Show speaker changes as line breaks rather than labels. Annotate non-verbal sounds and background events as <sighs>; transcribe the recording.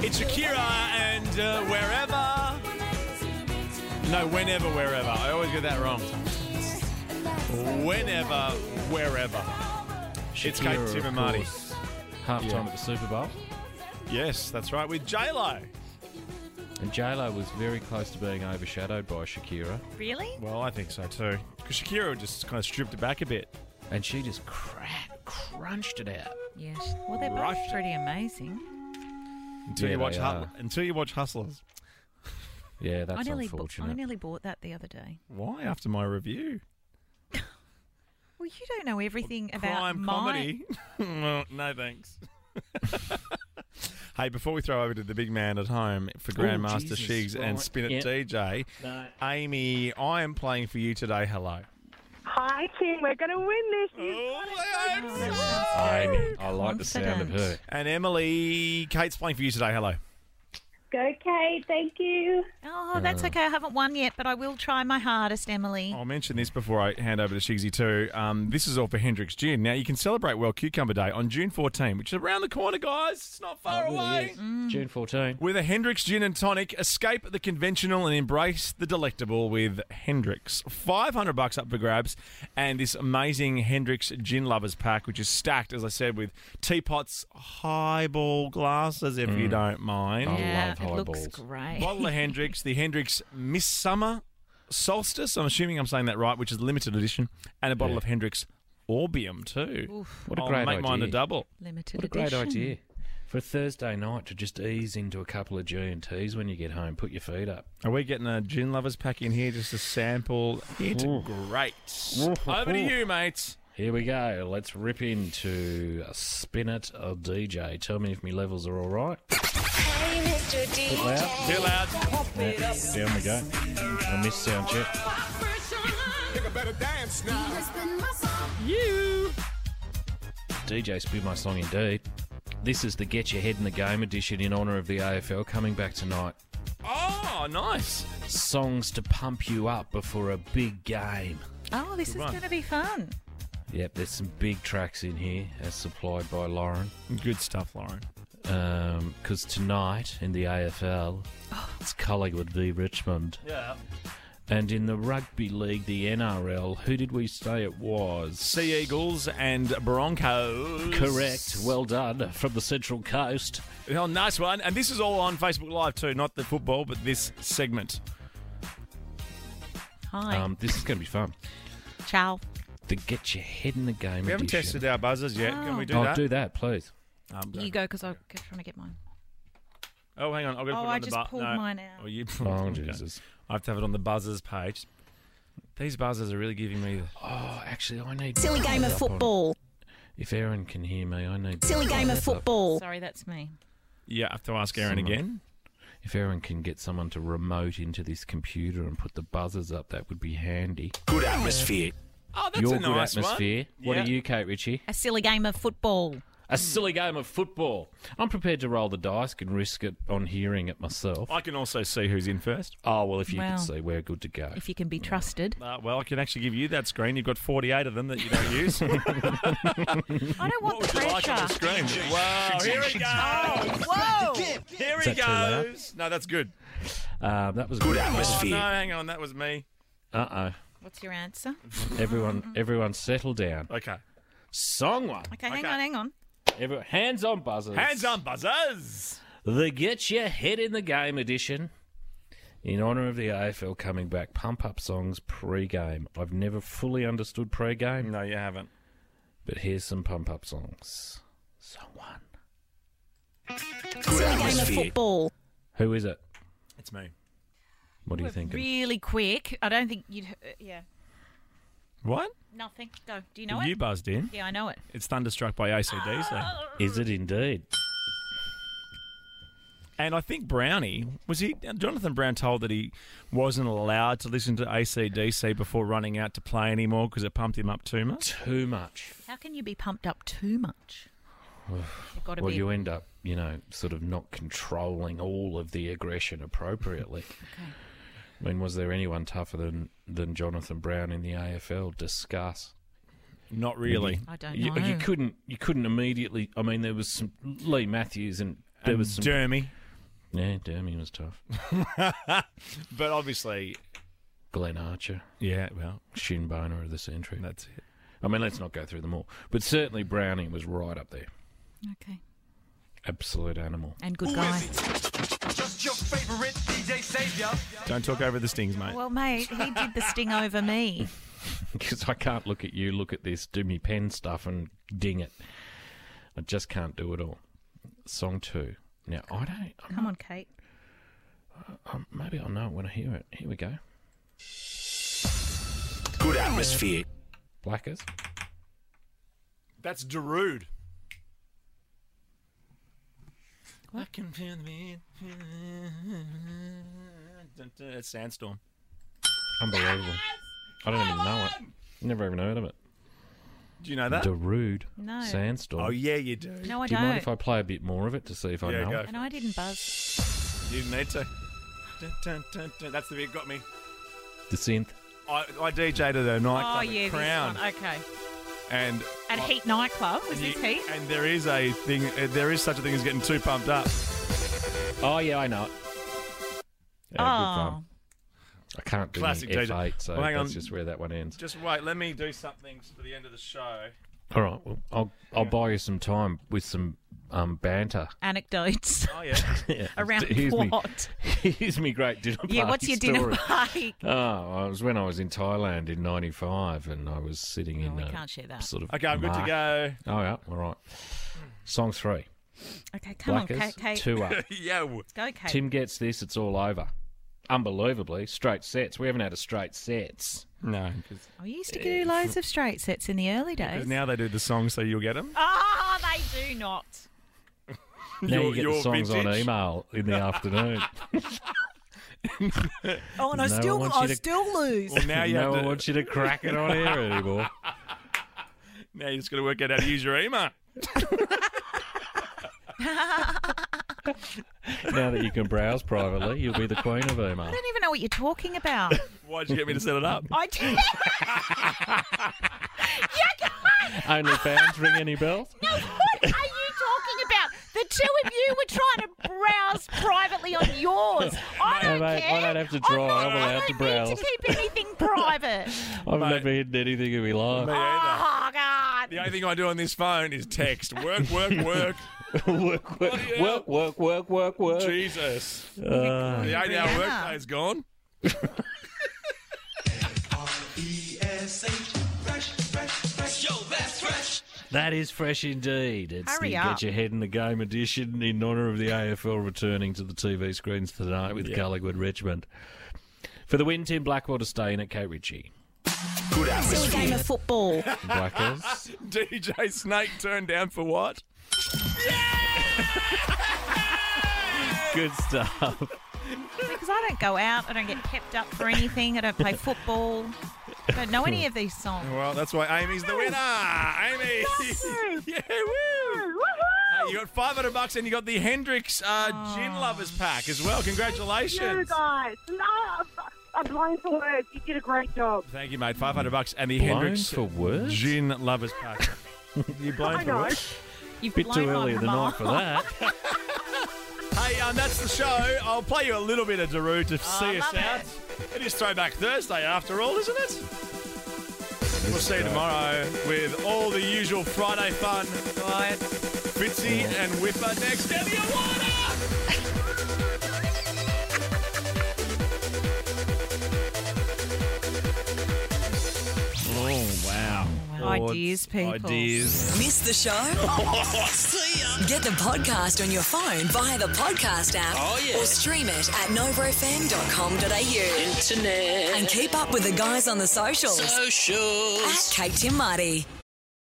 It's Shakira and uh, wherever. No, whenever, wherever. I always get that wrong. Whenever, wherever. It's Kate
Shakira, of
Timmermani.
course. Halftime
Yeah.
at the Super Bowl.
Yes, that's right. With J Lo.
And JLo was very close to being overshadowed by Shakira.
Really?
Well, I think so too. Because Shakira just kind of stripped it back a bit.
And she just cracked, crunched it out.
Yes. Well, they're both
Rushed.
pretty amazing.
Until
Yeah,
you watch
they
Hustle-
are.
until you watch Hustlers.
Yeah, that's
I nearly, bu- I
unfortunate.
nearly bought that the other day.
Why after my review?
Well, you don't know everything about
Crime
my- <laughs>
comedy. Well, no thanks. <laughs> hey, before we throw over to the big man at home for Grandmaster Shigs
Jesus.
and
Right.
Spin It
Yeah.
DJ, Amy, I am playing for you today. Hello.
Hi, Tim. We're going to win this. You've
Oh,
got it.
I am so-
I, I like the sound of her.
Confident.
And Emily, Kate's playing for you today. Hello.
Go, Kate. Thank you.
Oh, that's okay. I haven't won yet, but I will try my hardest, Emily.
I'll mention this before I hand over to Shigsy too. Um, this is all for Hendrix Gin. Now you can celebrate World Cucumber Day on June 14, which is around the corner, guys. It's not far away.
Mm.
June 14.
With a Hendrix gin and tonic, escape the conventional and embrace the delectable with Hendrix. 500 bucks up for grabs and this amazing Hendrix gin lovers pack which is stacked as I said with teapots, highball glasses if
Mm.
you don't mind.
Oh, I
yeah,
love
it looks
highballs.
great.
Bottle of Hendrix, the Hendrix Miss Summer Solstice, I'm assuming I'm saying that right, which is limited edition, and a bottle
Yeah.
of Hendrix Orbium too.
What a
I'll
great
make mine a
idea.
double.
<laughs> Limited
What a great
edition.
idea. For a Thursday night to just ease into a couple of G&Ts when you get home. Put your feet up.
Are we getting a gin lovers pack in here just to sample it? Great. Over to you, mates.
Here we go. Let's rip into a spin it a DJ. Tell me if my levels are all right.
Hey, Mr. DJ.
Too loud.
Down we go. I missed sound check. DJ spin my song indeed. This is the Get Your Head in the Game edition in honour of the AFL coming back tonight.
Oh, nice.
Songs to pump you up before a big game.
Oh, this is
one.
going to be fun.
Yep, there's some big tracks in here as supplied by Lauren.
Good stuff, Lauren.
Because Um, tonight in the AFL,
Oh.
it's Collingwood v Richmond.
Yeah.
And in the rugby league, the NRL, who did we say it was?
Sea Eagles and Broncos.
Correct. Well done from the Central Coast.
Oh, nice one. And this is all on Facebook Live too, not the football, but this segment.
Hi.
Um, this is going to be fun.
Ciao.
The get your head in the game.
We haven't
edition.
tested our buzzers yet. Can we do
oh,
that?
do that, please.
Um,
You go because I'm trying to get mine.
Oh, hang on. I've got to
Oh,
put it
I
on the
just
bu-
pulled
no.
mine out.
Oh, you
Oh,
pulled okay.
Jesus.
I have to have it on the buzzers page. These buzzers are really giving me the.
Oh, actually, I need.
Silly game of
Up on-
football.
If Aaron can hear me, I need.
Silly game of football.
Sorry, that's me.
Yeah, I have to ask Aaron
Someone-
again.
If Aaron can get someone to remote into this computer and put the buzzers up, that would be handy.
Good atmosphere.
Oh, that's
Your
a
good
nice
atmosphere.
One.
What
Yeah.
are you, Kate Ritchie?
A silly game of football.
A silly game of football. I'm prepared to roll the dice and risk it on hearing it myself.
I can also see who's in first.
Oh well, if you
Well,
can see, we're good to go.
If you can be trusted.
<laughs>
Uh, well, I can actually give you that screen. You've got 48 of them that you don't use. what
I don't want
would you like
pressure.
on the screen? Wow, here he goes.
Whoa!
Here he
Is that too loud?
goes. No, that's good.
Um, that was
Good
Oh, no,
atmosphere.
hang on. That was me.
Uh
What's your answer?
oh.
Mm-hmm.
Everyone, everyone, settle down.
Okay.
Song one.
Okay, hang
Okay.
on, hang on.
Everyone, hands on buzzers.
Hands on buzzers.
The Get Your Head in the Game edition. In honour of the AFL coming back, pump up songs pre game. I've never fully understood pre game,
No, you haven't.
but here's some pump up songs. Song one.
Good
Game of
atmosphere.
football.
Who is it?
It's me.
What do you think?
Really quick. I don't think you'd. Uh, yeah.
What?
Nothing. Go. Do you know
you
it?
buzzed in.
Yeah, I know it.
It's Thunderstruck by ACDC.
Ah, Is it indeed?
And I think Brownie was he Jonathan Brown told that he wasn't allowed to listen to ACDC before running out to play anymore because it pumped him up too much.
Too much.
How can you be pumped up too
<sighs>
much? You've got to
Well,
be.
you end up, you know, sort of not controlling all of the aggression
<laughs>
appropriately. I mean, was there anyone tougher than, than Jonathan Brown in the AFL? Discuss.
Not really.
I don't
You,
know.
you couldn't. You couldn't immediately. I mean, there was some Lee Matthews and there was some
Jeremy.
Yeah, Dermy was tough.
But obviously,
Glenn Archer,
yeah, well,
shin boner of the century.
that's it.
I mean, let's not go through them all, but certainly Browning was right up there.
Okay.
Absolute animal.
And good guy.
Just your favorite DJ Savior.
Don't talk over the stings, mate.
Well, mate, he did the sting
<laughs>
over me.
Because I can't look at you, look at this, do me pen stuff, and ding it. I just can't do it all. Song two. Now I don't.
Come on, Kate.
i maybe I'll know it when I hear it. Here we go.
Good atmosphere.
Blackers.
That's Darude. I can feel me. It's Sandstorm.
Unbelievable. I don't even know it. Never even heard of it.
Do you know that?
Darude.
No.
Sandstorm.
Oh, yeah, you do.
No, I
do you
don't.
mind if I play a bit more of it to see if I
Yeah,
know
go.
it?
And I didn't buzz.
You need to. Dun, dun, dun, dun. That's the bit that got me.
The synth.
I, I DJ'd at a nightclub
Oh,
at
yeah,
Crown.
this one. Okay.
And
At Heat Nightclub. Was this Heat?
And there is a thing, uh, there is such a thing as getting too pumped up.
Oh yeah, I know it. Yeah, good
Oh.
fun. I can't do
Classic
Classic
DJ.
F8, so
Well, hang
that's
on.
just where that one ends.
Just wait, let me do something for the end of the show.
All right, well, I'll I'll buy you some time with some um, banter.
Anecdotes <laughs>
Oh, yeah.
<laughs>
around
Here's me- <laughs>
what?
Here's me great dinner party
<laughs> Yeah, what's your
story.
<laughs> dinner party?
Oh, it was when I was in Thailand in '95, and I was sitting
Oh,
in
we
a
can't share that.
sort of.
okay, I'm good to
mark- <laughs>
go.
Oh yeah, all right. Song three,
Okay, come on,
Blackers,
Kate. <laughs> Kate.
two up.
Yo.
Go, Kate.
Tim gets this, it's all over. Unbelievably, straight sets. We haven't had a
<laughs>
straight sets.
No,
I used to do loads of straight sets in the early days.
because now they do the song, so you'll get
<laughs>
them.
Ah, they do not.
Now you
Your-
get
your
the songs on
vintage?
email
<laughs>
in the afternoon.
Oh, and I
No one
still,
wants
I
you to-
still lose.
Well, now you
no
have
one
to-
wants you to crack it on air
<laughs>
anymore.
now you just got to work out how to use your email.
now that you can browse privately, you'll be the queen of
<laughs>
email.
I don't even know what you're talking about.
Why'd you get me to set it
<laughs>
up?
<laughs> I did.
Only fans ring any bells?
<laughs> What are you talking about? The two of you were trying to browse privately on
<laughs>
yours. I
No,
don't
mate,
care.
I don't have to try. I'm
I
allowed to
don't need
browse.
to
<laughs>
keep anything private.
I've never hidden anything in my
Me
life.
either.
oh God.
<laughs> The only thing I do on this phone is text. Work, work, work.
<laughs> work, work,
Bloody hell.
work, work, work, work, work.
Jesus.
Uh,
The eight hour
Brianna.
workday's gone. <laughs>
that is fresh indeed. It's
Hurry
the
up.
Get Your Head in the Game edition in honour of the AFL returning to the TV screens tonight with Collingwood Richmond. For the win, Tim Blackwell to stay in at Kate Ritchie.
Good
Still a game
atmosphere.
of <laughs> football.
<laughs> Blackers.
DJ Snake turned down for what?
Good stuff.
Because I don't go out. I don't get kept up for anything. I don't play football. I don't know any of these
<laughs>
songs.
Well, that's why Amy's the winner. Amy. <laughs> yeah, woo. Hey, you got 500 bucks and you got the Hendrix uh, Gin Lovers Pack as well.
You
Congratulations.
guys. No, I'm, I'm blown for words. You did a great job.
Thank you, mate. 500 bucks and the
Blown
Hendrix
for words?
Gin Lovers Pack. you blown
I
for
know.
words?
You've
Bit
blown
too
my
early in the night
mind.
for that.
Hey, um, that's the show. I'll play you a little bit of Daru to see us
Oh, love
out. It is Throwback Thursday after all, isn't it? We'll see you tomorrow with all the usual Friday fun. Right. Fitzy and Whipper next. Elliot Warner! Oh, wow.
Ideas, people.
Ideas.
Miss the
<laughs>
show? Get the podcast on your phone via the podcast app
Oh, yeah.
or stream it at novrofm.com.au
Internet.
and keep up with the guys on the socials
Socials.
at Kate Tim Marty.